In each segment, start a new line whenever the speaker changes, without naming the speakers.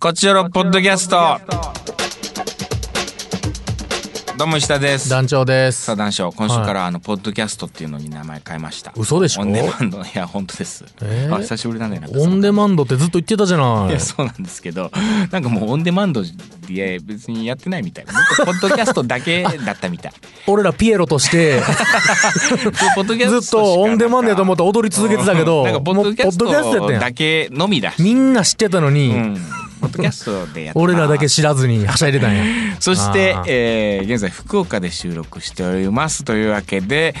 こちらのポッドキャスト。どうも石田です。
団長です
さあ。男子今週からあのポッドキャストっていうのに名前変えました。
嘘でしょ
オンデマンドいや本当です。
えー
あ久しぶりだねなんか
オンデマンドってずっと言ってたじゃ
い
ない
や。そうなんですけどなんかもうオンデマンドで別にやってないみ たいもっとポッドキャストだけだったみたい
俺らピエロとして、
ポッドキャスト
ずっとオンデマンドやと思って踊り続けてたけど、
なんかポッ
も
ド
う
キャス
ポッドキャスト
ト
やった
だ
やん。
けのみだし
みんな知ってたのに、
うんポッドキャストでやってます
俺らだけ知らずにはしゃいでたんや。
そして
あ、ー
えー現在福岡で収録しておりますというわけで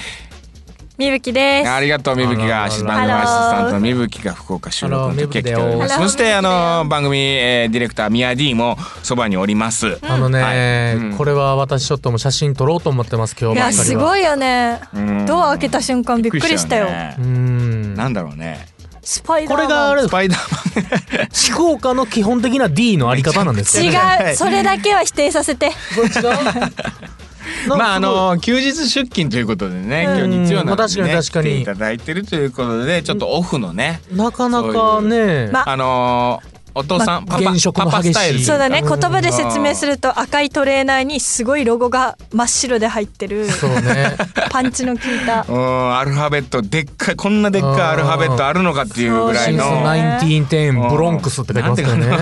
みぶきです。
ありがとうみぶきが
あらあら
番組アシスタントのみぶきが福岡収録の時は来ております
あら
そしてあ
みぶきだよ
の番組、えーディレクターミヤ D もそばにおります
あのね、
はいうん
これは私ちょっともう写真撮ろうと思ってます今
い
日ばっかりは。
や、すごいよね
うん。
ドア開けた瞬間びっくりしたよ。
ね
うーん。
なんだろうね
スパイダー
こ
マ
れ
ン。
があれ
スパイダーマン
福岡の基本的な D のあり方なんですよね。
違う、それだけは否定させて。
まああ
なんかすごい
の休日出勤ということでね今
うん
日日曜なん
ま
で
あ確かに
ね来
確かに
ていただいてるということでちょっとオフのね
なかなかね、
まあ
あのーお父さん
まあ
パパ
現職
パ
の
パスタイル
激しい
そうだね、
うん
言葉で説明すると赤いトレーナーにすごいロゴが真っ白で入ってる
そうね。
パンチの効いた
う。んアルファベットでっかいこんなでっかいアルファベットあるのかっていうぐら
あ
い
シンス
のそうね
1910ブロンクスって書いてますからね。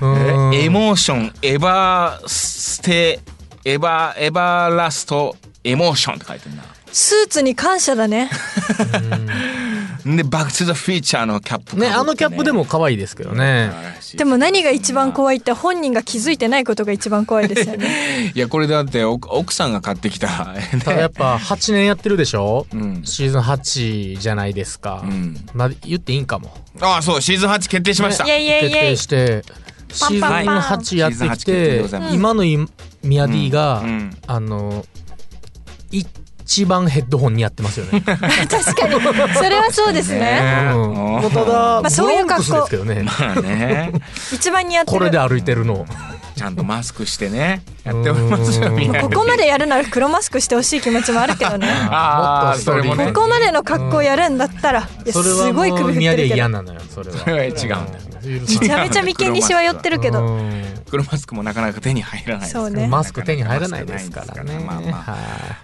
うん
エモーションエバーステエバーエバーラストエモーションって書いてるな
スーツに感謝だね。
でバック・トゥ・ザ・フィーチャーのキャップかぶって
ね、あのキャップでも可愛いですけどね。
でも何が一番怖いって本人が気づいてないことが一番怖いですよね。
いやこれだって奥奥さんが買ってきた、
ただやっぱ8年 やってるでしょ、
うん
シーズン8じゃないですか。
うん
まあ言っていいんかも。
ああそうシーズン8決定しました、
イエイイエイ
決
イエ
定
イ。
して、シーズン
パンパンパン
8やって
シー
き
ズン八決定で
て
ございま、す
今のミヤディが、
うん
あの、一番ヘッドホンにやってますよ ね。
確かに。それはそうですね。
ね
うん
おー
まあただ、
まあ
ブ
そうい
ロ
う
ンク
格
ス
好
ですけどね。
まあ ね
一番似合って
こ
る。
れで歩いてるの。
ちゃんとマスクしてねやっておりますよみんな
ここまでやるなら黒マスクしてほしい気持ちもあるけどね。
あ
もっ
あ
とス
そ
トー
れ
リー
もね
ここまでの格好やるんだったら、いや
それは
すごい
も
首
う
振っ
ミヤ
て
デ
る
ィ
け
嫌
ど。め
なんだよ、それ
それは
は。
違うんだよ
許さ
ち
ない
ゃめちゃ眉間にしわ寄ってるけど。
うん
黒マスクもなかなか手に入らないですから
そうね
マスク手に入らないですからね。
まあまあ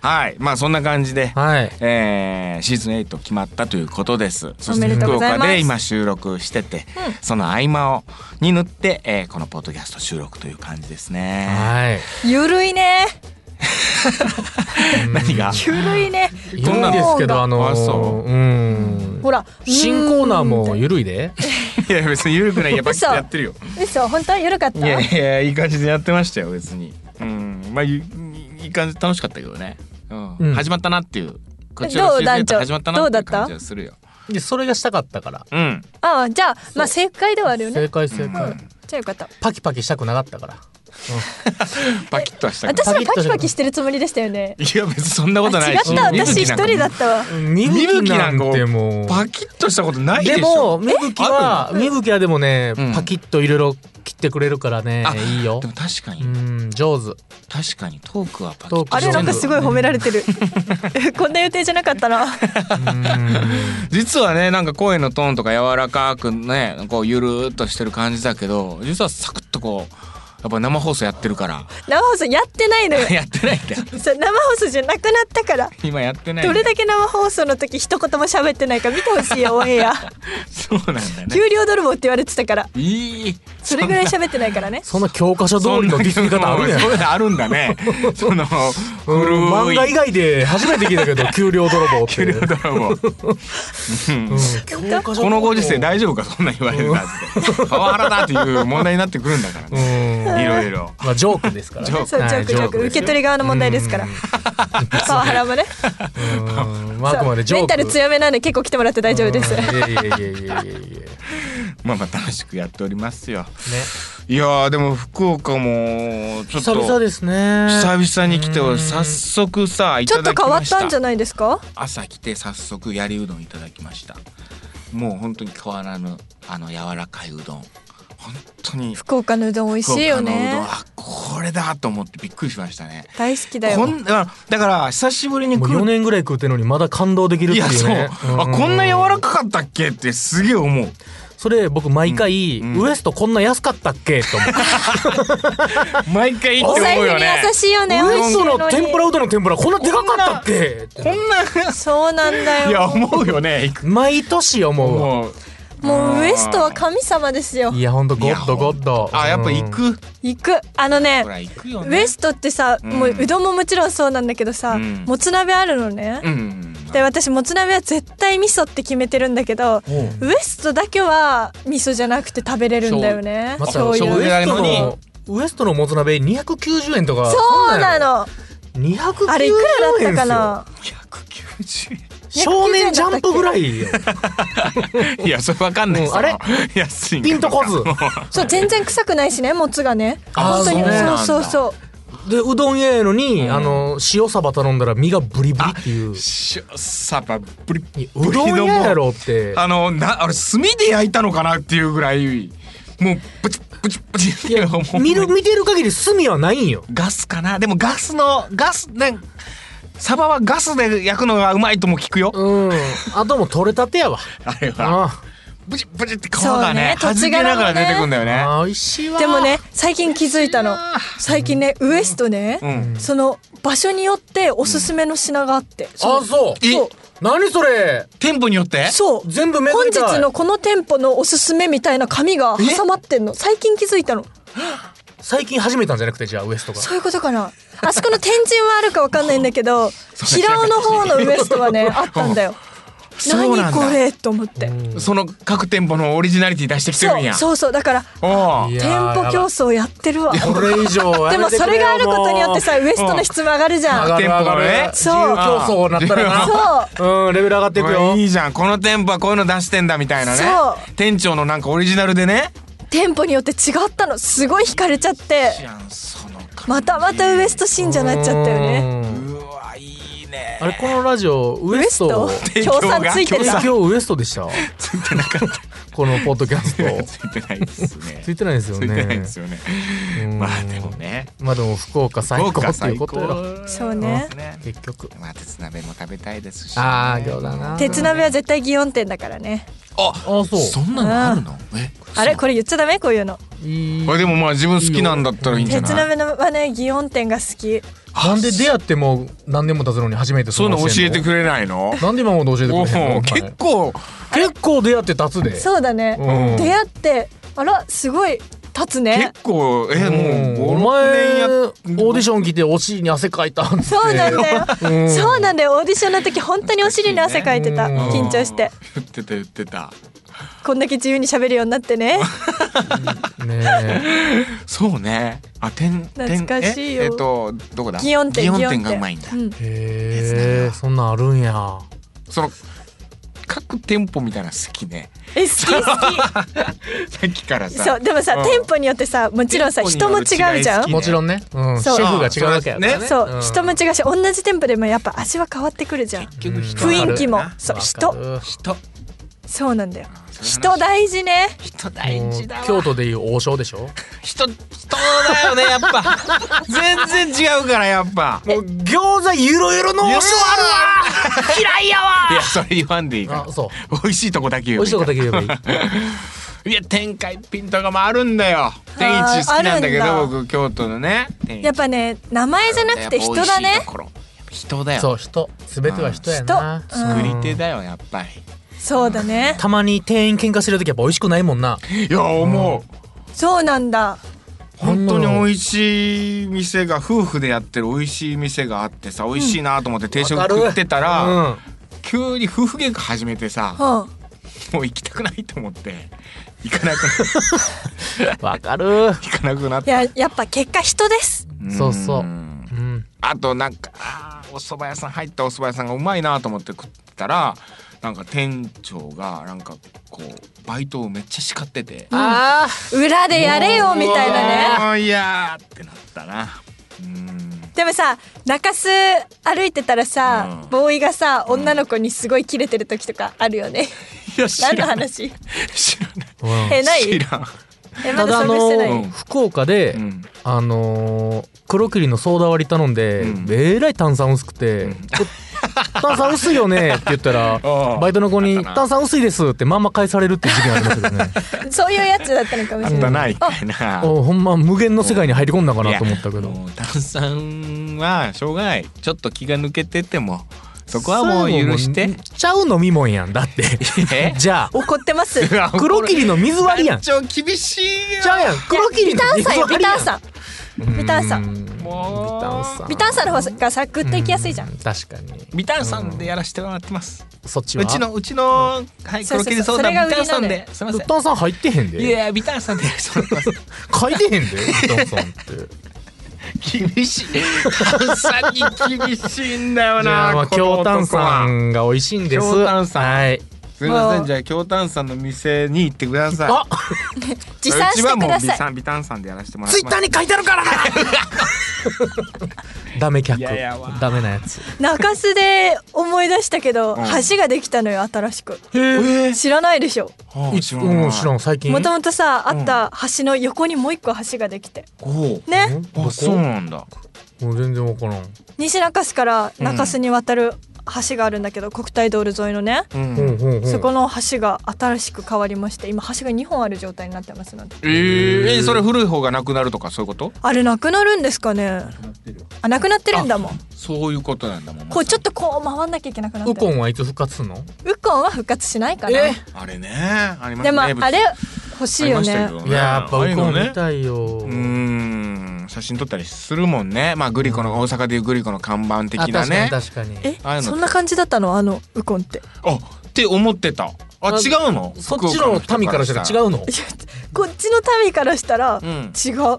は
はいまあそんな感じで、
いはい。
えーシーズン8決まったということですそして
おめでと
福
うござい
岡
ます
で今収録してて、その合間をに塗って、えーこのポッドキャスト収録という感じですね
はい。
ゆるいね。
何が
ゆるいね。
いいんですけど、あの
あそ
ー、うん。
ほら。
新コーナーもゆるいで。
いや別に緩くないやばっ
嘘
やってるよ
嘘、本当はゆるかった
い。やいやいい感じでやってましたよ別にうんまあいいいい感じ楽しかったけどね、うん
うん
始まったなっていうこっち
ど
の
う
シーズン
団長
8始まったなっていう感じ
どうだ
はするよ
でそれがしたかったから。
うん
ああ、じゃあ、まあ正解ではあるよ
正
ね。
解正解。
じゃあよかった。
パキパキしたくなかったから。
パキッとはしたから
私らパキパキしてるつもりでしたよね。
いや別にそんなこと
あ
な
違
い
っ、
した
私一人だったわ。
み
みぶ
ぶ
き
き
な
なんん
か
てもう。
パキッとしたことないでし
で
ょ
も、みぶきは、みぶきはでもね
うん、
パキッといろいろ切ってくれるからね
あ、
いいよ
で。も確かに、
うん、上手。
確かにトークはパキッ
トーク
あれなんかすごい褒められて る。こんな予定じゃなかったな。
実はねなんか声のトーンとか柔らかくねこうゆるーっとしてる感じだけど実はサクッとこうやっぱ生放送やってるから
生放送やってない のよ。
やってないんだよ
そう生放送じゃなくなったから。
今やってないん
ど
だよ
れだけ生放送の時一言も喋ってないか見てほしいよオン エア
そうなんだよね
給料泥棒って言われてた から
いい
それぐらい喋ってないからね
そんな教科書通
そ
り
んな
のディスり方あるやん
そ。ういうのあるんだ ねその
うん
古い
漫画以外で初めて聞いた けど、給料泥棒って。
ドラゴン
教科書
このご時世大丈夫かそんなん言われるなんてパワハラだっていう問題になってくるんだから
う
ね
ん。
いろいろ
まあ、ジョークですからね。
ジョー
そうジョークジョーク受け取り側の問題ですから パワハラもね
り。まあ、あくまでジョーク。
メンタル強めなんで結構来てもらって大丈夫です
うんいやいやいやいやいやいや。ね。
まあまあ楽しくやっておりますよいやーでも福岡もちょっと
久々ですね。
久々に来て早速さい
ちょ
た
っと
だき
変わ
ま
っ
した
たんじゃないですか
朝来て早速やりうどんいただきましたもう本当に変わらぬあの柔らかいうどん本当に
福岡のうどん美味しいよ
福岡のうどん
ね
あこれだと思ってびっくりしましたね
大好きだ
こ
よ
んだだから久しぶりに
もう
来
4
る
年ぐらい食うてんのにまだ感動できるっ
い
てい
や
う
そう
ね。
あこんな柔らかかったっけってすげえ思う
それ僕毎回、
うんうん
ウエストこんな安かったっけと思って
毎回いいって
お
思
財布
う
に
よね
優しいよね
ウエストの
美味しいに
天ぷらうどんの天ぷらこんなでかかったっけって
こんな
そうなんだ よ
いや思うよねいく
毎年思うわ
もう
もうウエストは神様ですよ
いやほんとゴ
いや
ッドゴッド
あやっぱ行
うん
く
行くあのね
ほら行くよね
ウエストってさ、
うん
もううどんももちろんそうなんだけどさ、
うん
もつ鍋あるのね、
うん
で私もつ鍋は絶対味噌って決めてるんだけどウエストだけは味噌じゃなくて食べれるんだよね
また
醤
ウエ
醤油だれ
ス
油
ト
のに
のウエストのもつ鍋290円とか
そうなの
そんなんやろ290円
あれいくらだったかな
190
ですよ少年ジャンプぐらい よ
円いやそれわかんないっすよ
うんあれ
安いんか
ピンとこず
そう全然臭くないしねもつがね
あ
本当に
そうなん
だ
そうそうそう
でうどん屋やのに、
うん
あの塩サバ頼んだら身がブリブリっていう
塩サバブリッ
いやうどん屋やろって
あのなあれ炭で焼いたのかなっていうぐらいもうプチプチプチって
いや
もう
見る見てる限り炭はないんよ
ガスかなでもガスのガスねサバはガスで焼くのがうまいとも聞くよ、
うんあともう取れたてやわ
あれは
あ
ブチブチって皮がね
そうね
弾けながら出てくんだよ
あ、
ね
ああ美味しいわ
でもね最近気づいた
い
の
いな
最近ねウエストね、
うん
その場所によっておすすめの品があって、
あそう
え
そう何それ
店舗によって
そう
全部巡
本
りたい
日のこの店舗のおすすめみたいな紙が挟まってんの最近気づいたの
最近始めたんじゃなくてじゃあウエストが
そういうことかなあそこの天神はあるかわかんないんだけど
そうだ
平尾の方のウエストはねあったんだよ
そうなん
何
だ
これと思って
その各店舗のオリジナリティ出してきてる
そ
んや
うそうそうだから
おう
い
店
や
舗競争やってるわ
これ以上やめてくれ
で
よ
もそれがあることによってさ
も
ウエストの質も上がるじ
う上
ゃん
がる上
店
がる
舗がね
自由競争になったら
そう
なそううんレベル上がっていくよ
これいいじゃんこの店舗はこういうの出してんだみたいなね
そう
店長のなんかオリジナルでね
店舗によって違ったのすごい惹かれちゃって
じゃんその感じ
またまたウエスト信者になっちゃったよね
うん
うわいいね
あれこのラジオウ
ウ
エ
エ
ス
ス
ト
ト
提供
協
が
賛ついて
協
る
今
賛
日ウエストでした
ついてなかった
このポッドキャスト
ついてないですね
ついてないですよ
ついてない
ね
ですよね
うん
まあでもね
まあでも福岡最高っていうことよ
よ
そうね
結局
まあ鉄鍋も食べたいですし
あー餃子な
鉄鍋は絶対祇園店だからね
あ
あそう
そんなのあるのえ
あれこれ言っちゃダメこういうの
いい
これでもまあ自分好きなんだったらいいんじゃ
鉄
ない
鍋のはね祇園店が好き
なんで出会ってもう何年も経つのに初めて
そういうの教えて
れ
くれないの
なんで今ほど教えてく
お
れへんのお
お
前
結構
結構出会って経つで
そうだね、
うん
出会ってあらすごい立つね
結構え
うん
もう5-6
お
年
前
や
オーディション来てお尻に汗かいたんって
そうなんだよ、
うん
そうなんだよオーディションの時本当にお尻に汗かいてた、
うん
緊張して
言ってた言ってた
こんだけ自由に喋るようになってね
ねえ
そうねあ天
懐かしいよ
ええっとどこだ
祇園店
祇園店がうまいんだ
うん
へえそんなんあるんや
その各店舗みたいな好きね
え好き好
さっきから
き
さ
そうでもさ、
うん
店舗によってさもちろんさ
店
人
舗
も
による違い
違うじ
好
ゃん
きね
もちろんねうんシ
そう
ェフが違うわけやから
ね
ね
そう、
ん
人も違うし同じ店舗でもやっぱ味は変わってくるじゃん
結局人
雰囲気も
あるな
そう
わ
人
かる
人
そうなんだよ
あそういう話
人大事ね
人大事だわ
京都でいう王将でしょ
人人だよねやっぱ全然違うからやっぱ
もう餃子ゆろゆろの
王将
あるわ嫌いやわ
いやそれ言わんでいいから
あそう
美味しいとこだけ言
美
う
味しいとこだけ言えばいい
いや天海ピンとかもあるんだよ天一好きなんだけ
あーあ
ど
るんだ
僕京都のね天一
やっぱね名前じゃなくて人だ
やっ
ね
ぱ美味しいところやっぱ人だよ
そう人全ては人やな
人
うん
作り手だよやっぱり
そうだね
たまに店員喧嘩してる時やっぱ美味しくないもんない
や思う
そうなんだ
本当に美味しい店が夫婦でやってる美味しい店があってさ美味しいなと思って定食
わかる
食ってたら、
うん
急に夫婦喧嘩始めてさ
うん
もう行きたくないと思って行かなくな
わかる
行かなくなっ
い
た
ややっぱ結果人です
そうそうんうん
あとなんかあーお蕎麦屋さん入ったお蕎麦屋さんがうまいなと思って食ってたらなんか店長がなんかこうバイトをめっちゃ叱ってて
あ
裏でやれよみたいなね
ねいやーってなったなうん
でもさ中洲歩いてたらさ、
うん
ボーイがさ女の子にすごいキレてる時とかあるよね、
いや知
何の
らない
話
知らない
えない
知らん
えま
ただ
だ
あ
遭遇してない、
うん
の福岡で
うん
あのー黒霧のソーダ割り頼んで
うん
えらい炭酸薄くて
ん
ちょ「炭酸薄い よね」って言ったら
うん
バイトの子
あっ
に
た
「
な
炭酸薄いです」ってまんま返されるって事件ありますけど ね
そういうやつだったのかも
あ
し
っ
れな
た
い
な一回な
おほんま無限の世界に入り込んだかなと思ったけ
いや
ど
もう炭酸はしょうがないちょっと気が抜けててもそこはもう許し
それ
て
ももうちゃう飲み物やんだって
え
じゃあ
怒ってま す
うわ
黒霧の水割りやんち
団長厳しいよ
ゃうやん黒霧
ビタ
の
ーン
水
さんよ
割
ビ
り
タ
や
ー
ん
ンさんビターンさん
うんビタ
もう
ーンさん
ビターンさんの方がサクッといきやすいじゃん
う確かに
ビタンさんでやらせてもらってます
そっちは
うちのうちの、はい
そうそ
黒
うそう
霧ソー
そ
ダ
れが売
ビタ
りな
ンさ
ん
ん
です
いません
ビターンさん入ってへん
い
で
やビタンさんでやらせてもらってます
書いてへんでビターンさん って
厳しい炭酸に厳しいんだよ
じゃあまあ京丹さんが美味しいんです
京丹さん
はい
すみませんじゃあ京丹さんの店に行ってください
あ
持参してください
いビタンさんでやらせてもらっ
ツイ
て
ッ
ま
ター
す
に書いてあるからなダメ客
いやいやわ
ダメなやつ
中洲で思い出したけど
うん
橋ができたのよ新しく
へえ
知らないでしょ
あ知らない
うん知らん最近
もともとさあった橋の横にもう一個橋ができて
おう
ね
どこ
あそうなんだ
もう全然わからん
西中洲から中洲に渡る橋があるんだけど国体道路沿いのね
う
ほうんほうほう
そこの橋が新しく変わりまして今橋が2本ある状態になってますので
えーえそれ古い方がなくなるとかそういうこと
あれなくなるんですかねあなくなってるんだもん
そういうことなんだもん
こうちょ
っ
っとこう回んなきゃいけなくなって
ウ
る
コンはいつ復活すんの
ウコンは復活しないかな
とあれねありま
で
し
も
た
あ
ね
れ欲しいよね
いややっぱ
ああ
ウ
いう
コ
の
ン
ね
見たいよ
うーん写真撮ったりするもんねまあグリコの大阪でいうグリコの看板的
あ
な
確か
ね
に確かに
え
ああいうの
そんな感じだったのあのウコンって
あって思ってたあ
あ
違うの
そっちの民からしたら違
う
うの
いやこっちの民からしたら
うん
違う
あ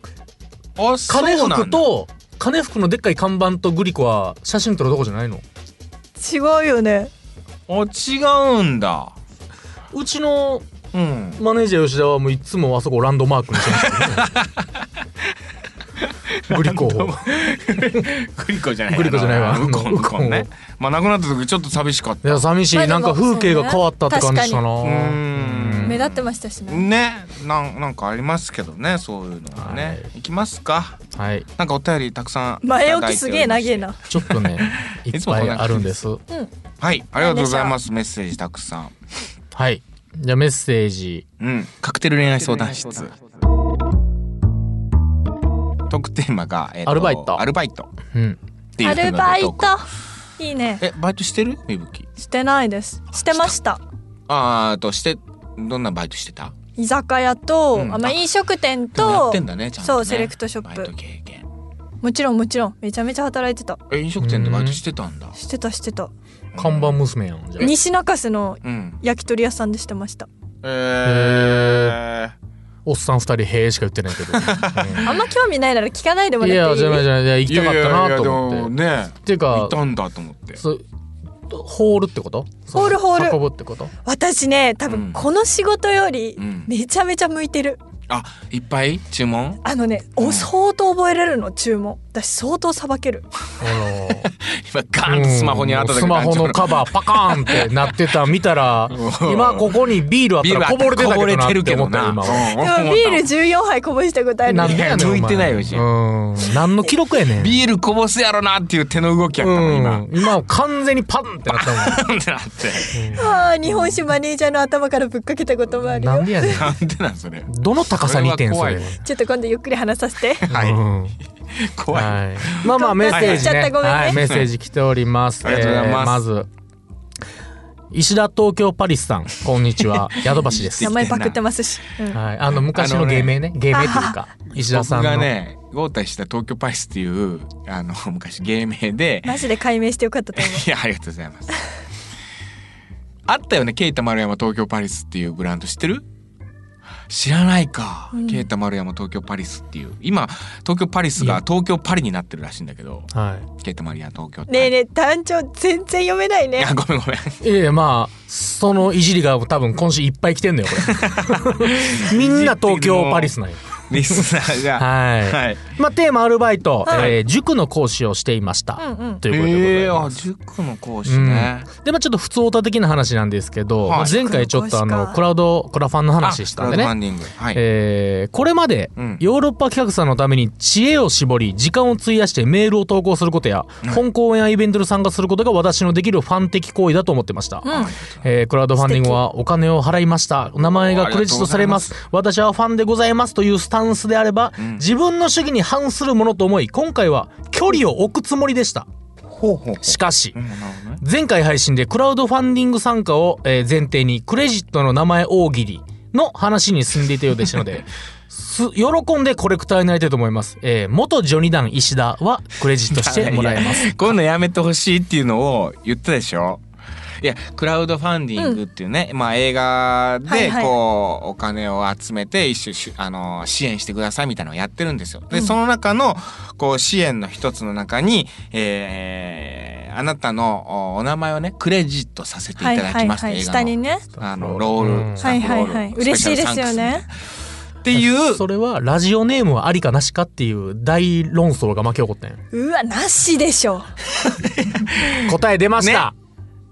そう
金
なんだ
服と金服のでっかい看板とグリコは写真撮るとこじゃないの
違うよね
あ違うんだ
うちの
うん
マネージャー吉田はもういつもあそこをランドマークにしてますけどねグリコを
グリコじゃない
グリコじゃないわ
あのウコンウ
ウコン
コンねまあなくなった時ちょっと寂しかっ
い
た
や寂しい、
まあで
な
も
んか風景が変わったって感じしたな
うーん
目立ってましたしね
ねなんなんかありますけどねそういうのがね、、
はい
きますか
はい
なんかお便りたくさん
前置きすげえ長えな
ちょっとねい
い
っ
つも
ぱ
こん
い
な
あるんです
うん
はいありがとうございますメッセージたくさん
はいじゃあメッセージ
うんカクテル恋愛相談室トークテーマが、えっと
アルバイト
アルバイト
うん
っていうの
ア
で
ルバイ
ト
ト
ーク
いいね
えバイトしてるみぶき
してないですしてました
あーとしてどんなバイトしてた
居酒屋と、
うん
あま
あ
あ飲食店
でもやっ
と
てんだねちゃんとね
そうセレクトショップ
バイト経験
もちろんもちろんめちゃめちゃ働いてた
え飲食店でバイトしてたんだ
してたしてた
看板娘やんじゃあ
西中洲の
うん
焼き鳥屋さんでしてました
えー
おっさん二人「へえ」しか言ってないけど、
あんま興味ないなら聞かないでも
うん、
ら
い
ってい
や
い
じゃないじゃないいや行きたかったなと
いやいやいやで
思
も
って
ね
っていう
い
か
たんだと思って
そうホールってこと
ホールホール
運ぶってこと
私ね多
うん
分この仕事より
うん
めちゃめちゃ向いてる、
あいっぱい注文
あのね
う
お
ん
相当覚えれるの注文私相当さばける
あのー
今ガーンとスマホにあっただけ
スマホのカ
バ
バーパカーンってなってた見た ら
うん
今ここにビールあっ
ビ
た
ール
ら
あ
こぼれてた
こぼ
け
れ
どな
て
っ
る
て
け
思
ど
った
な
今
でもビール14杯こぼしたことある
なん
い
でや
や
ねんお前
向いてないよし
うん何の記録やねん
ビールこぼすやろなっていう手の動きやった
う
の今
ん今完全にパンってなったも
な
ん
んでなって
あー日本酒マネージャーの頭からぶっかけたこと もある
なん
よ
でやねん
なんでなんそれ
どの高さにいてんそれ
それは
ちょっと今度ゆっくり話させ て
はい
うん
怖い
はい、まあまあメッセージ
はい
ね
はいごめんね
はいメッセージ来ております
ありがとうございます
えーまず石田東京パリスさんこんに ちは宿橋です
名前パクってますし、うん
はい、あの昔の芸名ね芸名という か石田
僕
さんの
がね豪太した東京パイスっていうあの昔芸名で
マジで解明してよかったと思う
いやありがとうございますあったよねケイタ丸山東京パリスっていうブランド知ってる知らないか、
うん
ケイタ丸山東京パリスっていう今東京パリスが東京パリになってるらしいんだけど
は
ケイタ丸山東京
ねえねえ団長全然読めない
い
ね
やごめんごめん
い、ええまあ そのいじりが多分今週いっぱい来てんのよこれみんな東京パリスなんよ
リスナーが。
はい
はい。
まあ、テーマアルバイト、
はい
えー塾の講師をしていました、
うんうん
ということ
え
で
え
ござい
あ、
ます。
塾の講師ね。
でまあちょっと普通オタ的な話なんですけど、
はい
前回ちょっとあ
塾の講師
の
か
クラウドクラファンの話したん
あ
で
クラウドファ
ね
ン、ディング。はい。
えーこれまで
うん
ヨーロッパ企画さんのために知恵を絞り時間を費やしてメールを投稿することや本公演やイベントに参加することが私のできるファン的行為だと思ってました、
うん
えークラウドファンディングはお金を払いました名前がクレジットされます私はファンでございますというスタンスであれば、
ん
自分の主義に反するものと思い今回は距離を置くつもりでした
ほうほう。
しかし、
うん、なるほどね。
前回配信でクラウドファンディング参加をえー前提にクレジットの名前大喜利の話に進んでいたようでしたの で、す喜んでコレクターになりたいと思います。えー元ジョニダン石田はクレジットしてもらえます。
いやこういうのやめてほしいっていうのを言ったでしょいやクラウドファンディングっていうね、まあ映画
はい
で
はい
こうお金を集めて一種しあの支援してくださいみたいなのをやってるんですよ。で、その中のこう支援の一つの中に、えーあなたのおお名前をねクレジットさせてい
は
た
い
だき
はい
ますと、
はい
映画の
下にね
あのロール、
うん
スタンプロール
はいはいはい嬉しいです
スペシ
よね。
ャルサンクスみたいなっていう
それはラジオネームはありかなしかっていう大論争が巻き起こったんよ
うわなしでしょ
答え出ました、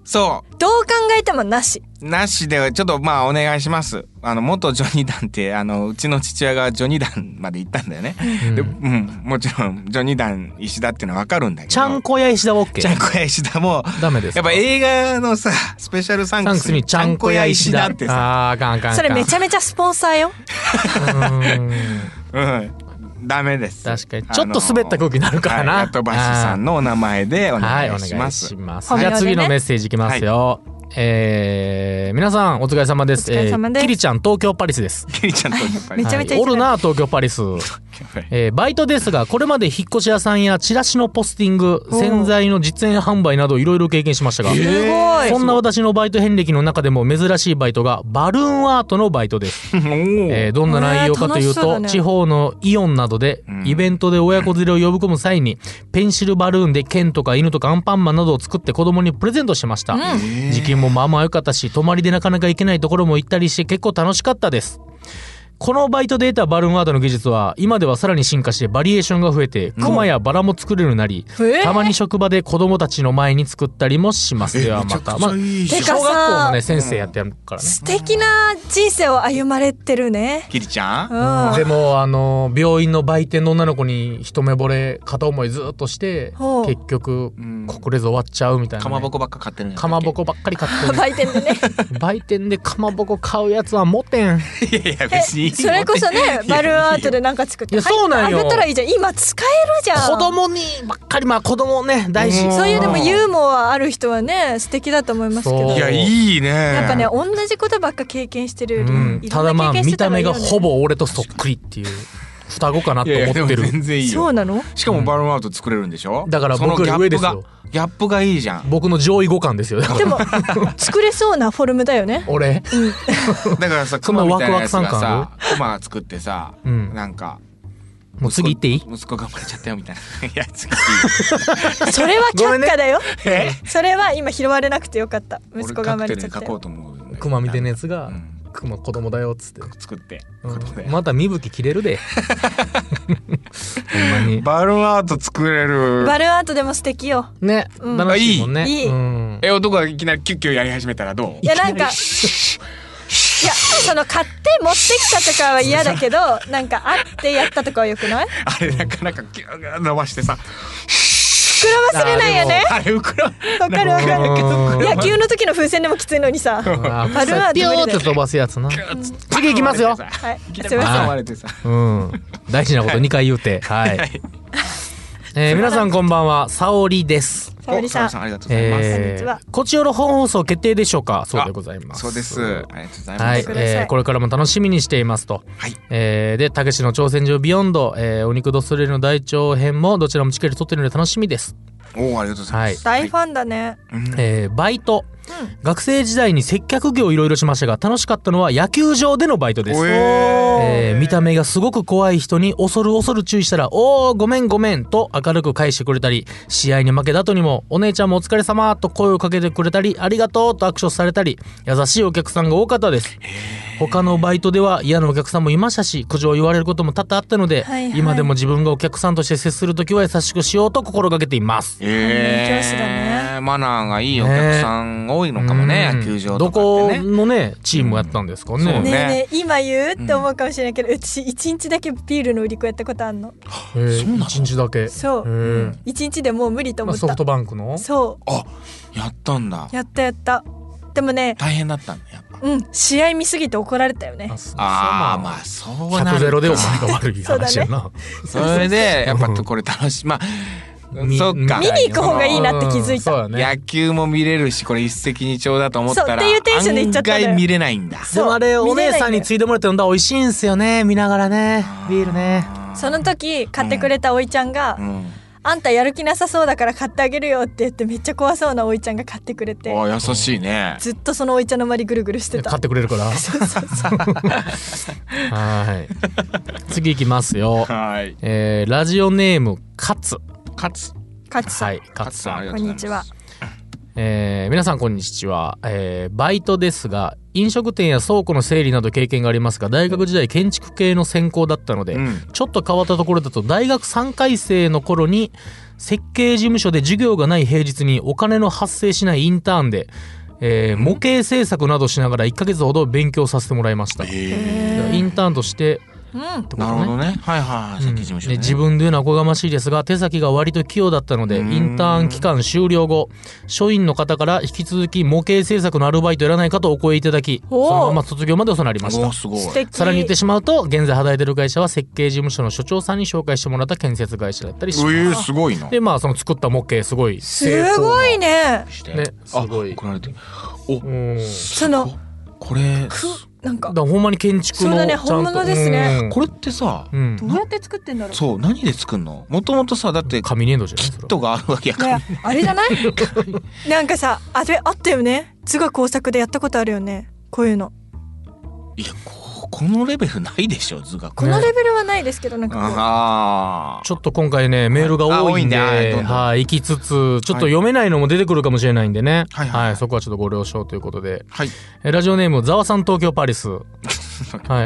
そう
どう考えてもなし
なしで、ちょっとまあお願いします。あの、元ジョニーダンって、あの、うちの父親がジョニーダンまで行ったんだよね。
うん
で、うん、もちろん、ジョニーダン石田っていうのはわかるんだけど。
ちゃんこや石田オッケ
ちゃん
ー。
こや石田も、
ダメです
やっ
か
ぱ映画のさ、スペシャルサン
サ
ク
ンク
ス
スにちゃんこや石田
ちゃんこやってさ、
あーあかんあかんあかん。
それめち
ゃ。
ゃめちゃスポンサーよ
うん。ダメです。
確かに。ちょっと滑った空気になるからな。
はい、後橋さんのお名前でお
はい、
願い
お願い
し
し
ま。
ますす。
本
じ
名でね
ゃあ次のメッセージいきますよ。えー皆さんお疲れ様です。
お疲れ様です
えーキリちゃん東京パリスです。
キリちゃんとやっぱり。
めちゃめち
は
ゃ行きたい
いおるな東京パリス。えーバイトですがこれまで引っ越し屋さんやチラシのポスティング
おう
洗剤の実演販売などいろいろ経験しましたが
え
すごい
そんな私のバイト遍歴の中でも珍しいバイトがバルーンアートのバイトです。
おー
えーどんな内容かという
えー楽しそう
と、
だね
地方のイオンなどで、
うん
イベントで親子連れを呼び込む際に、ペンシルバルーンで剣とか犬とかアンパンマンなどを作って子供にプレゼントしました。時期もまあまあ良かったし、泊まりでなかなか行けないところも行ったりして結構楽しかったです。このバイトで得たバルーンアートの技術は今ではさらに進化してバリエーションが増えてクマやバラも作れるようになり、
えー
たまに職場で子供たちの前に作ったりもします
え
では
めちゃ
ま
くちゃ
た、まあ、
いいじゃん
てかさ
小学校のね先生やってやるからね、
素敵な人生を歩まれてるね
キリちゃん
うんほ
でもあの病院の売店の女の子に一目惚れ片思いずっとして
ほう
結局
ん
国レゾ終わっちゃうみたいな、
か
ね、
まぼこばっか買ってるんやった
か
っけ
まぼこばっかり買って
売店でね
る売店でかまぼこ買うやつはモテ ん
いやいや
え
別にいいよ
それこそねバルーンアートでなんか作って
いやそうなんよ
あげたらいいじゃん今使えるじゃん
子供にばっかりまあ子供ね大事
うん
そういうでもユーモアある人はね素敵だと思いますけ
そ
ど
う
いやいいね
や
や
っぱね同じことばっか経験してるより、
うん
い
た
ろ
だ
ん
ま
な
あ
経験し
見
てた
た
らい
目
い
が
よね
ほぼ俺とそっくりっていう双子かなと
いや
思
いや
って
でも
る
全然いいよ
そうなの
しかもバルーンアート作れるんでしょ、
だから
その
僕
ギャ
よ
ッ
り上で
プ
す
が
よ
ギャップがいいじゃん
僕の上位互換ですよだから
でも作れそうなフォルムだ よね
俺
だからさ
そ
ク
んな
マみたいなやつ
ワ
が
クワク
さ
感
クマ作ってさ、
うん
なんか
もう次行っていい
息子息子が生まれちゃったよみたいな いや次
それは
ごめん
却
ね
下だよ、
え
それは今拾われなくてよ かった
俺
息子が生まれちゃっ
カ
た
クテルに書こうと思うんだよ
熊見てのやつが
うん
「熊子供だよ」っつって
作って、
うん
ことで
また身吹き切れるでほんまに
バルーンアート作れる
バルーンアートでも素敵よ
ね、
うん
楽しいもんね
いいいい
うん
え男がいきなりキュッキュやり始めたらどう
いやなんかいやその買って持ってきたとかは嫌だけどなんかあってやったとかはよくない
あれなかなかキュー伸ばしてさ
膨らませれないよね
あれ膨ら
わかるわか る
うん
野球の時の風船でもきついのにさは
あ
バルーンアート
ピョーって飛ばすやつな次行きますよ
い
いきな
す
り
いません
挟まれてさ
うん大事なこと2回言うてはい、えー皆さんこんばんは沙織です
沙織さ
お
ん
沙ありがとうございます、
こん
え
にちは
ー、こちよろ本放送決定でしょうかそうでございます
そうですありがとうございます、
はい
くだ、さい
えーこれからも楽しみにしていますと。
はい
えーで、たけしの挑戦状ビヨンド、えーお肉ドストレルの大長編もどちらもチケット取ってるので楽しみです。
おおありがとうございます。
大ファンだね
うん
えーバイト、学生時代に接客業いろいろしましたが楽しかったのは野球場でのバイトです
お、
えー見た目がすごく怖い人に恐る恐る注意したら「おーごめんごめん」と明るく返してくれたり試合に負けた後にも「お姉ちゃんもお疲れ様と声をかけてくれたり「ありがとう」と握手をされたり優しいお客さんが多かったです他のバイトでは嫌なお客さんもいましたし苦情を言われることも多々あったので、
はいはい
今でも自分がお客さんとして接するときは優しくしようと心がけています
え
教師だね
マナーがいいお客さん多いのかもね、
うん
野球場
ど
とかっ
こ
てね。
のねチームやったんですかね,、
うんそう
ねえ
ね
ねえ今言うって思うかもしれないけど、うち一日だけビールの売り子やったことあんの
えー一日だけ
そ
え
う
ー
一日でもう無理と
ま
思
あ
っ
ソ
た
フトバンクの
そ
あやったんだ
う。やったやったでもね
大変だったんだやっぱ。
うん試合見すぎて怒られたよね
ああま
あ
あそうなるか
100ゼロでお前が悪い話やな、
それでやっぱこれ楽しいまあ
み
そっか
見に行く方がいいなって気づいた
うんそうやね
野球も見れるしこれ一石二鳥だと思ったら
そうっていうテンションで行っちゃったのよ
案外見れないんだ
でもあれ
そう
お姉さんに
見れないんだよ
ついでもらって飲んだら美味しいんすよね見ながらねビールね
その時買ってくれたおいちゃんが、
うん
あんたやる気なさそうだから買ってあげるよって言ってめっちゃ怖そうなおいちゃんが買ってくれて
あ優しいね
ずっとそのおいちゃんの周りぐるぐるして
買
た
ってくれるから はい次いきます よ、
はい
えー、ラジオネームカツ
勝つ
勝さん、
はいカツさん
勝
こんにちは
えー皆さんこんにちは、えーバイトですが飲食店や倉庫の整理など経験がありますが大学時代建築系の専攻だったので、
うん
ちょっと変わったところだと大学3回生の頃に設計事務所で授業がない平日にお金の発生しないインターンで、えー模型制作などしながら1ヶ月ほど勉強させてもらいました、
え
インターンとして
うん
ってことね
なるほどねはいはいはい設計事務所
で
ね
自分で言うのはおこがましいですが手先が割と器用だったので
うん
インターン期間終了後署員の方から引き続き模型制作のアルバイトやらないかとお声いただきそ
おー
のまま卒業までお世話になりまし
お
た
ーすごい
素敵
さらに言ってしまうと現在働いてる会社は設計事務所の所長さんに紹介してもらった建設会社だったりしま
う
す
えーすごいな
でまあその作った模型すごい成
す
功
ごいね
して
ね
あ
すごい
送られてるお
うんだ
その
これ
くなんか
からほんまに建築の
そうだ
ち
ね
ゃんと
本物ですね
うん
これってさ
うん
どうやって作ってんだろう
そう何で作るのもともとさだってキ
紙粘土じゃないそれ
ットがあるわけやから
ねあれじゃないなんかさあれあったよね図画工作でやったことあるよねこういうの
いやここのレベルないでしょ図学
このレベルはないですけどなんかこう
ああ
ちょっと今回ねメールが多いんで
あ多いんであーどんどん
はい行きつつちょっと読めないのも出てくるかもしれないんでね
はいはいはい
そこはちょっとご了承ということで
はい
えラジオネームざわさん東京 パリスはい、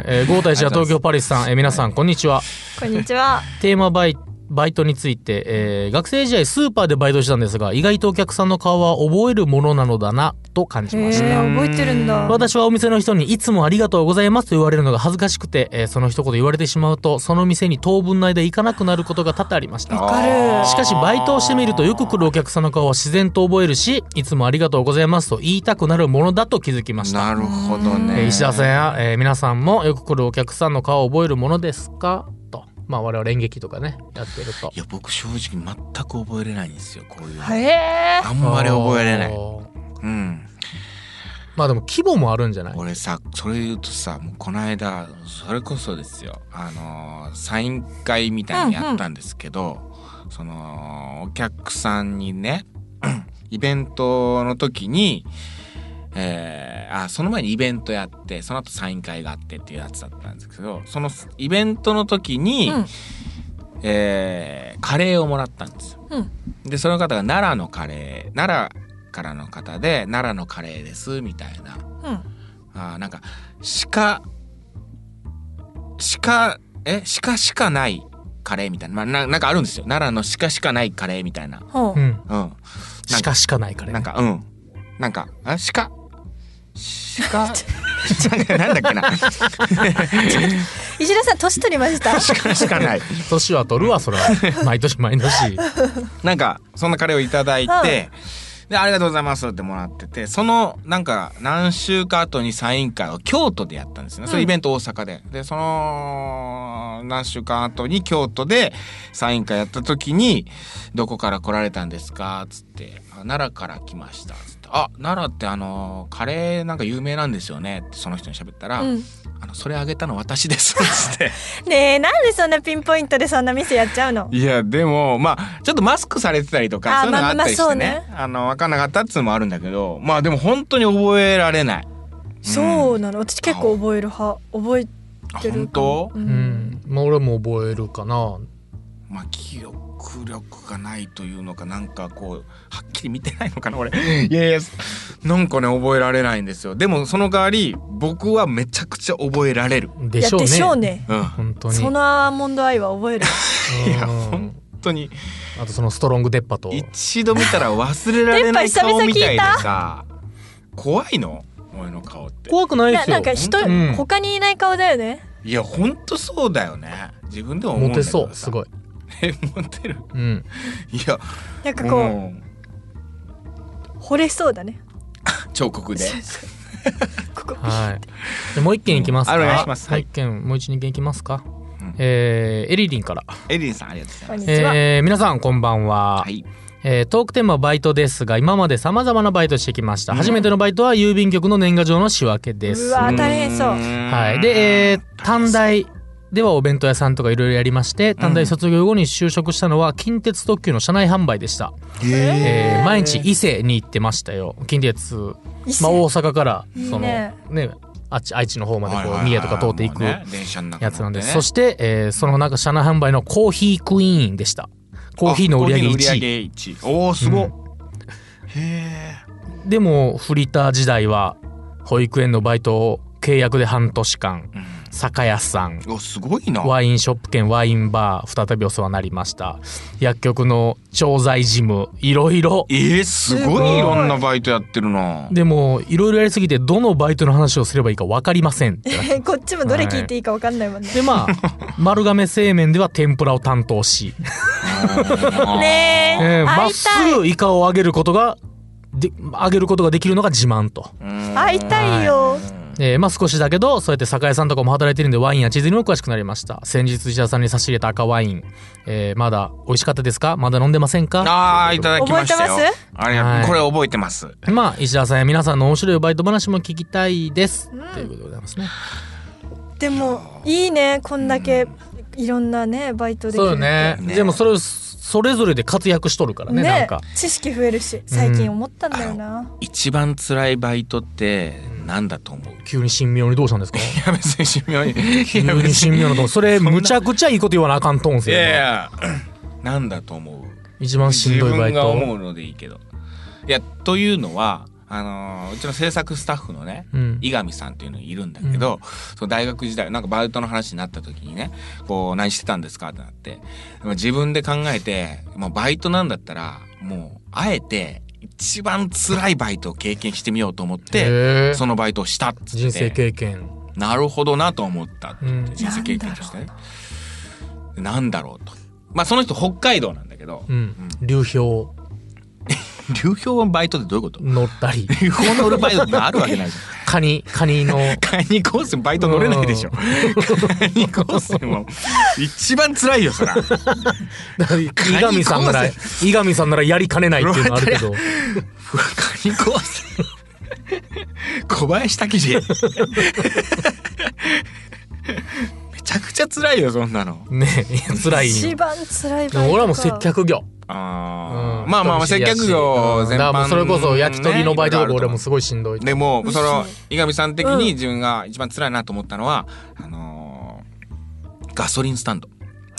えー、豪太氏は東京パリスさんえ皆さんこんにちは
こんにちは
テーマバイバイトについて、えー学生時代スーパーでバイトしたんですが意外とお客さんの顔は覚えるものなのだなと感じ
へ
ま
え
した
覚えてるんだ
私はお店の人にいつもありがとうございますと言われるのが恥ずかしくて、えーその一言言われてしまうとその店に当分の間行かなくなることが多々ありました
わかる
しかしバイトをしてみるとよく来るお客さんの顔は自然と覚えるしいつもありがとうございますと言いたくなるものだと気づきました、
なるほど
えー
ね
石田さんや、えー皆さんもよく来るお客さんの顔を覚えるものですかとまあ我々演劇とかねやってると
いや僕正直全く覚えれないんですよこういうの
へえ
あんまり覚えれない
おー
うん
まあでも規模もあるんじゃない
俺さそれ言うとさもうこの間それこそですよあのーサイン会みたいにやったんですけど、そのお客さんにね イベントの時にえーあその前にイベントやってその後サイン会があってっていうやつだったんですけどそのイベントの時に、
うん
えーカレーをもらったんですよ。
うん
でその方が奈良のカレー奈良からの方で奈良のカレーですみたいな
うん
あーなんか鹿鹿え鹿しかないカレーみたいな,、まあ、ななんかあるんですよ奈良の鹿しかないカレーみたいな
ほ
う
うん
うん
しかしかないから
なん
ね
かうんなんかあ鹿鹿なんかなんだっけな
石田さん年取りました
鹿しかない
年は取るわそれ は毎年毎年
なんかそんなカレーをいただいて、でありがとうございますってもらっててそのなんか何週か後にサイン会を京都でやったんですね、それイベント大阪ででその何週間後に京都でサイン会やった時に「どこから来られたんですか?」っつってあ「奈良から来ました」っつってって「あ奈良ってあのカレーなんか有名なんですよね」ってその人に喋ったら「
うん、
あのそれあげたの私です」っつって
ねえなんでそんなピンポイントでそんなミスやっちゃうの
いやでもまあちょっとマスクされてたりとか
あ
そういうのがあったりして
まあまあ
ねあの分かんなかったっつうのもあるんだけどまあでも本当に覚えられない。
そうなの私結構覚える派覚え
あ
てる
本当
う
うんん、まあ俺も覚えるかな
まあ記憶力がないというのかなんかこうはっきり見てないのかな俺いやいやなんかね覚えられないんですよでもその代わり僕はめちゃくちゃ覚えられる
で
いや
しょうね
でしょうね
うん本
本当に
そのアーモンドアイは 覚える
うん
いやほん当に
あとそのストロング出っ歯と
一度見たら忘れられない
電波久々
顔みたいで
聞い
さ怖いの俺の顔って
怖くないで
な
すよ
なんか人、
うん
他にいない顔だよね
いやほんとそうだよね自分でも思うん
モ
だけ
テ
どさ
そうすごい
えモテる
うん
いや
なんかこう、
うん
惚れそうだね
彫刻で
ここ
はいじゃあもう一件いきますか、
うんあお願いします
も
は
う
い
一件もう一二件いきますか、
うん
えーエリリンから、
エリンさんありがとうござ
こ
い
ん
ます
にちは、
えー皆さんこんばんは、
はい
えートークテーマはバイトですが今まで様々なバイトしてきました、
うん
初めてのバイトは郵便局の年賀状の仕分けです
うわあ大変そう
はい、で、えー短大ではお弁当屋さんとかいろいろやりまして短大卒業後に就職したのは近鉄特急の車内販売でした、えー毎日伊勢に行ってまましたよ近鉄、
伊勢
まあ、大阪から
いいね
そのねあっち愛知の方までこ
ミ
う三
ヤ
重とか通っていく
電車の中
やつなんです、
乗ってね
そして、えーそのなんか車内販売のコーヒークイーンでしたコーヒーの売り上げ
あコーヒーの
1
売り
位
上げ1位おおすごっ、
うん
へえ
でもフリーター時代は保育園のバイトを契約で半年間酒屋さん
うんおすごいな
ワインショップ兼ワインバー再びお世話になりました薬局の調剤事務いろいろ
えー、すごいいろんなバイトやってる な
でもいろいろやりすぎてどのバイトの話をすればいいか分かりま せんってなって
こっちもどれ聞いていいかわかんないもんね、
でまあ丸亀製麺では天ぷらを担当し、
ねえ、
えーま
会
っ
い
す
たい
ぐイカを揚げることがで揚げることができるのが自慢と、
会いたいよ、
えーまあ少しだけどそうやって酒屋さんとかも働いてるんでワインやチーズにも詳しくなりました先日石田さんに差し入れた赤ワイン、えーまだ美味しかったですかまだ飲んでませんか
あーいただきましたよ
覚えてます
ありがとう
はい
これ覚えてます
まあ石田さんや皆さんの面白いバイト話も聞きたいです、ということでございますね。
でもいいねこんだけいろんなねバイトでき
そ
る
うよね
ね
でもそれをそれぞれで活躍しとるからね
ね
なんか。
知識増えるし最近思ったんだよな、
一番辛いバイトってなんだと思う い
急に神妙にどうしたんですか
や別に神 妙にい
急
や
に
別に
神妙なとこ それむちゃくちゃいいこと言わなあかんとんす
い
よ、
やいや なんだと思う
一番しんどいバイ
自分が思
ト
うのでいいけどいやというのはあのーうちの制作スタッフのね、
うん
井上さんっていうのいるんだけど、その大学時代なんかバイトの話になった時にねこう何してたんですかってなってまあ自分で考えて、まあ、バイトなんだったらもうあえて一番辛いバイトを経験してみようと思って、
へえ
そのバイトをしたっつって
人生経験
なるほどなと思ったって言って
うん
人生経験としてねなんだろうとまあその人北海道なんだけど、
うん流氷
流氷のバイトってどういうこと
乗ったり
流氷乗るバイトってあるわけないじ ゃ
カニカニの
ん。カニコースにバイト乗れないでしょ。カニコースも一番辛いよ、そら。
だから井上さんなら
カニ
井上さんならやりかねないっていうのあるけど
うわカニコース。小林武史。めちゃくちゃ辛いよ、そんなの。
ねえ辛い
一
よ
番辛
で
いバイト
も
か
俺はもう接客業
あ
う
ー
ん
まあまあまあ、接客業全
だか
般。
らもうそれこそ焼き鳥のバイトと
ね
か俺もすごいしんどい
でもうその
美味
井上さん的に自分が一番辛いなと思ったのは、あのーガソリンスタンド、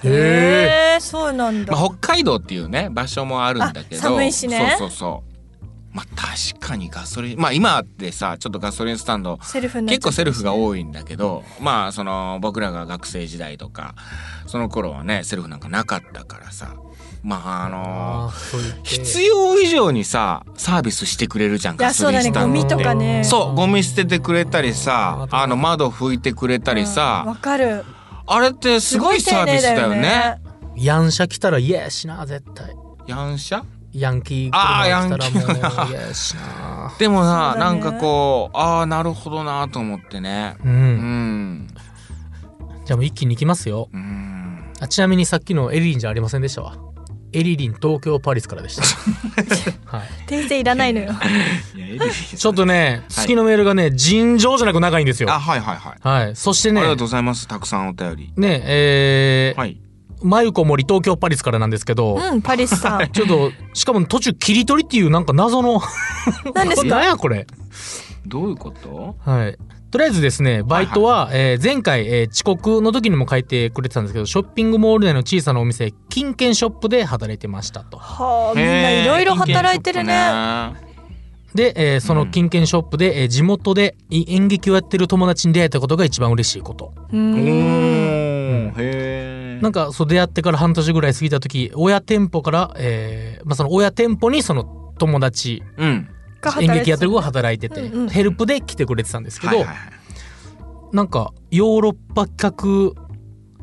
え
へえそうなんだ、
まあ、北海道っていうね場所もあるんだけど
あ寒いしね
そうそうそうまあ確かにガソリンまあ今ってさちょっとガソリンスタンド
セルフになっ
結
ち
構
ゃった
セルフが多いんだけどまあその僕らが学生時代とかその頃はねセルフなんかなかったからさまああのー必
必
要以上にさサービスしてくれるじゃん
い
ガ
や
ソ
そう
リンス
だね
タ
ゴ
ンドっ
ミ
て
とかね
そうゴミ捨ててくれたりさ
あー
あの窓拭いてくれたり
うんわ
さ
かる
あれってすごいサービスだよね。
ヤンシャ来たらイエーしな絶対
ヤンシャ
ヤンキー
あー
車来たら
ヤン
もう
キー
イエーしな
でもな、
そう
な
だね
んかこうああなるほどなと思ってね
う
うんん
じゃあもう一気に行きますよ
うん
あちなみにさっきのエリンじゃありませんでしたわエリリン東京パリスからでした。 はい。
訂正いらないのよ。
いやエリリン
ちょっとね、
はい
月のメールがね、尋常じゃなく長いんですよ。
あはいはいはい、
はい。そしてね
あり、がとうございますたくさんお便り
ね、えー、
はい
まゆこ森東京パリスからなんですけど、
うん、パリス さん。
ちょっと、しかも途中切り取りっていうなんか謎の、
何ですか
何やこれ。
どういうこと
はい。とりあえずですね、バイトは、えー前回、えー遅刻の時にも書いてくれてたんですけど、ショッピングモール内の小さなお店、金券ショップで働いてましたと。
はあ、みんないろいろ働いてるね。
で、えーその金券ショップで、えー地元で演劇をやってる友達に出会えたことが一番嬉しいこと。
う
おお
ん。
へえ
なんか、そう出会ってから半年ぐらい過ぎた時、親店舗から、えーまあその親店舗にその友達、
うん
が働い
演
て
劇やってる子が働いてて、
うんうん
ヘルプで来てくれてたんですけど、
はいはいはい
なんかヨーロッパ企画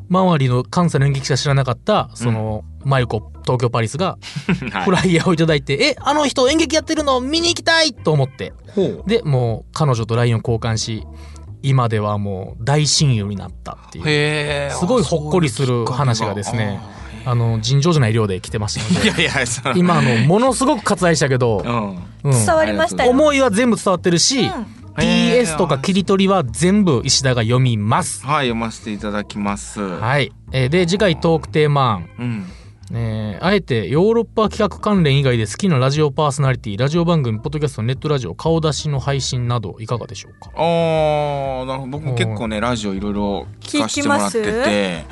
周りの関西の演劇しか知らなかったその、マユコ東京パリスがフライヤーをいただいて「えあの人演劇やってるの見に行きたい!」と思って
ほう
でもう彼女と LINE を交換し今ではもう大親友になったっていう
へえ
すごいほっこりする話がですねあの尋常じゃない量で来てましたの
い
で
やいやその
今あのものすごく割愛したけど
う、ん
うん
伝わりましたよ。
思いは全部伝わってるし、
へー
PS とか切り取りは全部石田が読みます。
はい読ませていただきますは
はい。えーで、次回トークテーマ案。
うん
えーあえてヨーロッパ企画関連以外で好きなラジオパーソナリティ、ラジオ番組、ポッドキャスト、ネットラジオ、顔出しの配信などいかがでしょうか
あーなるほど僕も結構ねラジオいろいろ聞かせてもらって
聞
て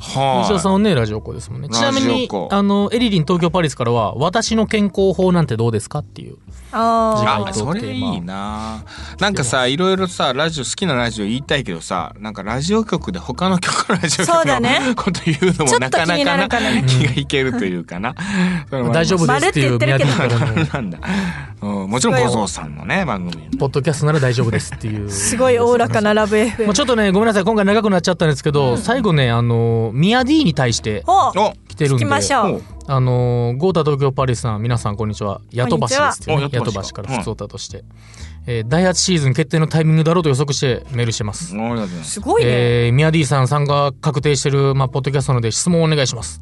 は
石田さん
い
はね、ラジオ子ですもんね。ちなみ
ラジ
に
オ、子
あの、エリリン東京パリスからは、私の健康法なんてどうですかっていう。
あ
あ
意外と
それいいななんかさいろいろさラジオ好きなラジオ言いたいけどさなんかラジオ局で他の局のラジオ
そう
局
だね
のこと言うのもなかな
ちょっと気にな
か
る
な
からね
気がいけるというかなそれもありま
大
す
丈夫ですっていう宮崎からの、
なんだ、うん、もちろん小僧さんのね番組
ポッドキャストなら大丈夫ですっていう。
あ、すごいおおらかなラブ
まあ
FM。
ちょっとねごめんなさい今回長くなっちゃったんですけど、最後ねあのミヤ D に対して
お、
お
来てるん
聞
で
きまし
お
ょう。
あのゴータ東京パリスさん皆さんこんにちはヤトバシですってい
こ
う、
ん
ね
に、ち
ヤ
は
ト
お
バ
ヤ
シ
ト
か
バシ
らストーターとして、えー第8シーズン決定のタイミングだろうと予測してメールしてます、
ありがとうございます
すごいね。
えー、ミヤ D さん参加確定してる、まあ、ポッドキャストなので質問をお願いします、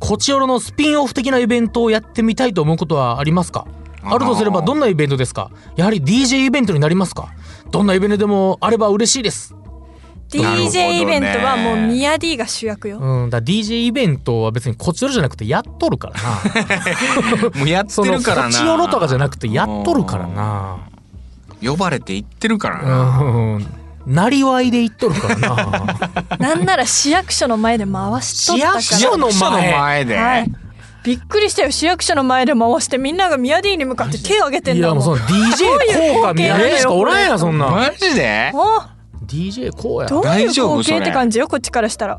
こちよろのスピンオフ的なイベントをやってみたいと思うことはありますかあるとすればどんなイベントですかやはり DJ イベントになりますかどんなイベントでもあれば嬉しいです
なるほどね
DJ イベントはもうミヤ D が主役よ。
うんだから DJ イベントは別にこちよろじゃなくてやっとるからな
もうやって
その
るからな
こちよろとかじゃなくてやっとるからな
呼ばれて行ってるからな、
うんなりわいで言っとる からな
なんなら市役所の前で回しとったから。
市役所の
記者の前で、
はい。びっくりしたよ市役所の前で回してみんながミヤディに向かって手を挙げて
い
んだ
や
も
も
ん
うその DJ 効果みたいなしかおらんやんそんなん
マジで
お
DJ 効や
どういう
大丈夫
光景
それ
って感じよこっちからしたら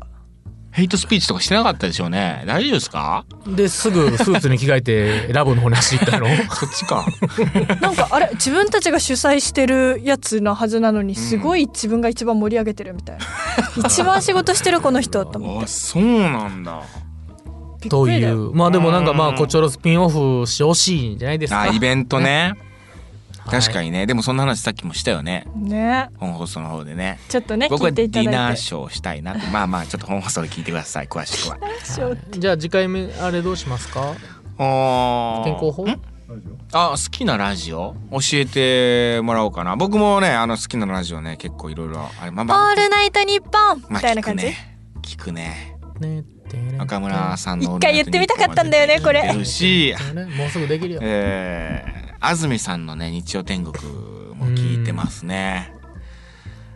ヘイトスピーチとかしてなかったでしょうね大丈夫ですか
ですぐスーツに着替えてラボの方に走っていっ たの
そっちか
なんかあれ自分たちが主催してるやつのはずなのにすごい自分が一番盛り上げてるみたい な、一番仕事してるこの人と思っ
あ
て
そうなんだ
びっ
と
くり
い
だよ
うまあでもなんかまあこちょろスピンオフしてほしいんじゃないですか
あイベントね
い
確かにね、でもそんな話さっきもしたよね
ね
本放送の方でね
ちょっとね
僕は
聞いて
デ
いた
ィ
だ
ナー
いて
ショーをしたいなってまあまあちょっと本放送で聞いてください詳しくは
ショー
じゃあ次回目あれどうしますか
あー
健康法
んあ好きなラジオ教えてもらおうかな僕もねあの好きなラジオね結構いろいろあれまあ
オールナイトニッポン
ま
み
あ
たいな感
聞
じ
くね聞くね
ねてれん
中村さんの
一回言ってみたかったんだよねこれ
言ってるし
ねもうすぐできるよ
えー、安住さんのね日曜天国も聞いてますね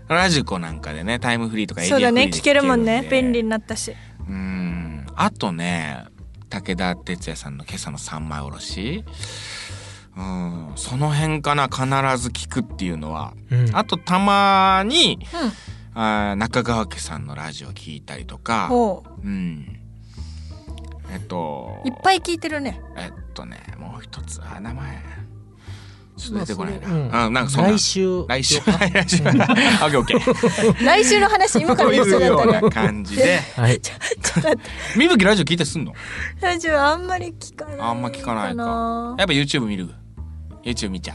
ラジコなんかでねタイムフリーとか
そうだね
ADF
聞けるもんね便利
う
になったし
ーんあとね武田鉄矢さんの今朝の三枚おろしうんその辺かな必ず聞くっていうのは
うん
あとたまに、
うん
あー中川家さんのラジオ聞いたりとか、
ほ
うん。えっと、
ういっぱ
い。
い聞いてるね
えっとね、もう一つ、あ、名前。ちょっと出てこないな。
まあ
うん、なんかそんな
来。週
来週。 来週。オッケーオッケー。
来週の話今か
と
ら言い
い
そ
う
うだ
よ
っ
う
たね
な感じ で。
はい
ちょっと待って
みぶきラジオ聞いたりすんの
ラジオあんまり聞かない
あんま聞かないか
な。
やっぱ YouTube 見る ?YouTube 見ちゃ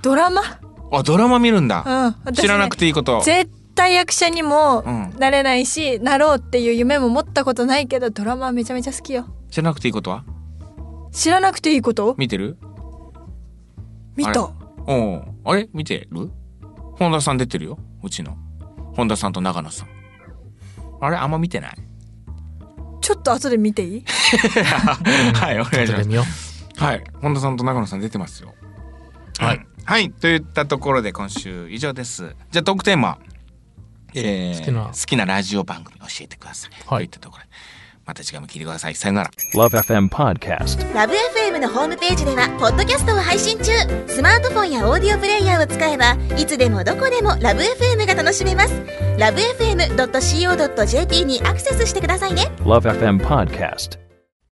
ドラマ
う。あ、ドラマ見るんだ。
うん私ね
知らなくていいこと。
絶対役者にも
うん
なれないし、なろうっていう夢も持ったことないけどドラマはめちゃめちゃ好きよ
知らなくていいことは
知らなくていいこと
見てる
見
あ
た
おおあれ見てる本田さん出てるようちの本田さんと長野さんあれあんま見てない
ちょっと後で見ていい
はいお願いし
ち
ま
ょっと
す
見よ
はい本田さんと長野さん出てますよ
う。はい。
はいといったところで今週以上ですじゃあトークテーマ、えー
好きな
ラジオ番組教えてください、
はい
といったところでまた次回も聞いてくださいさよなら
Love FM Podcast.
ラブ f m のホームページではポッドキャストを配信中スマートフォンやオーディオプレイヤーを使えばいつでもどこでもラブ f m が楽しめますラブ FM.co.jp にアクセスしてくださいね
Love FM Podcast.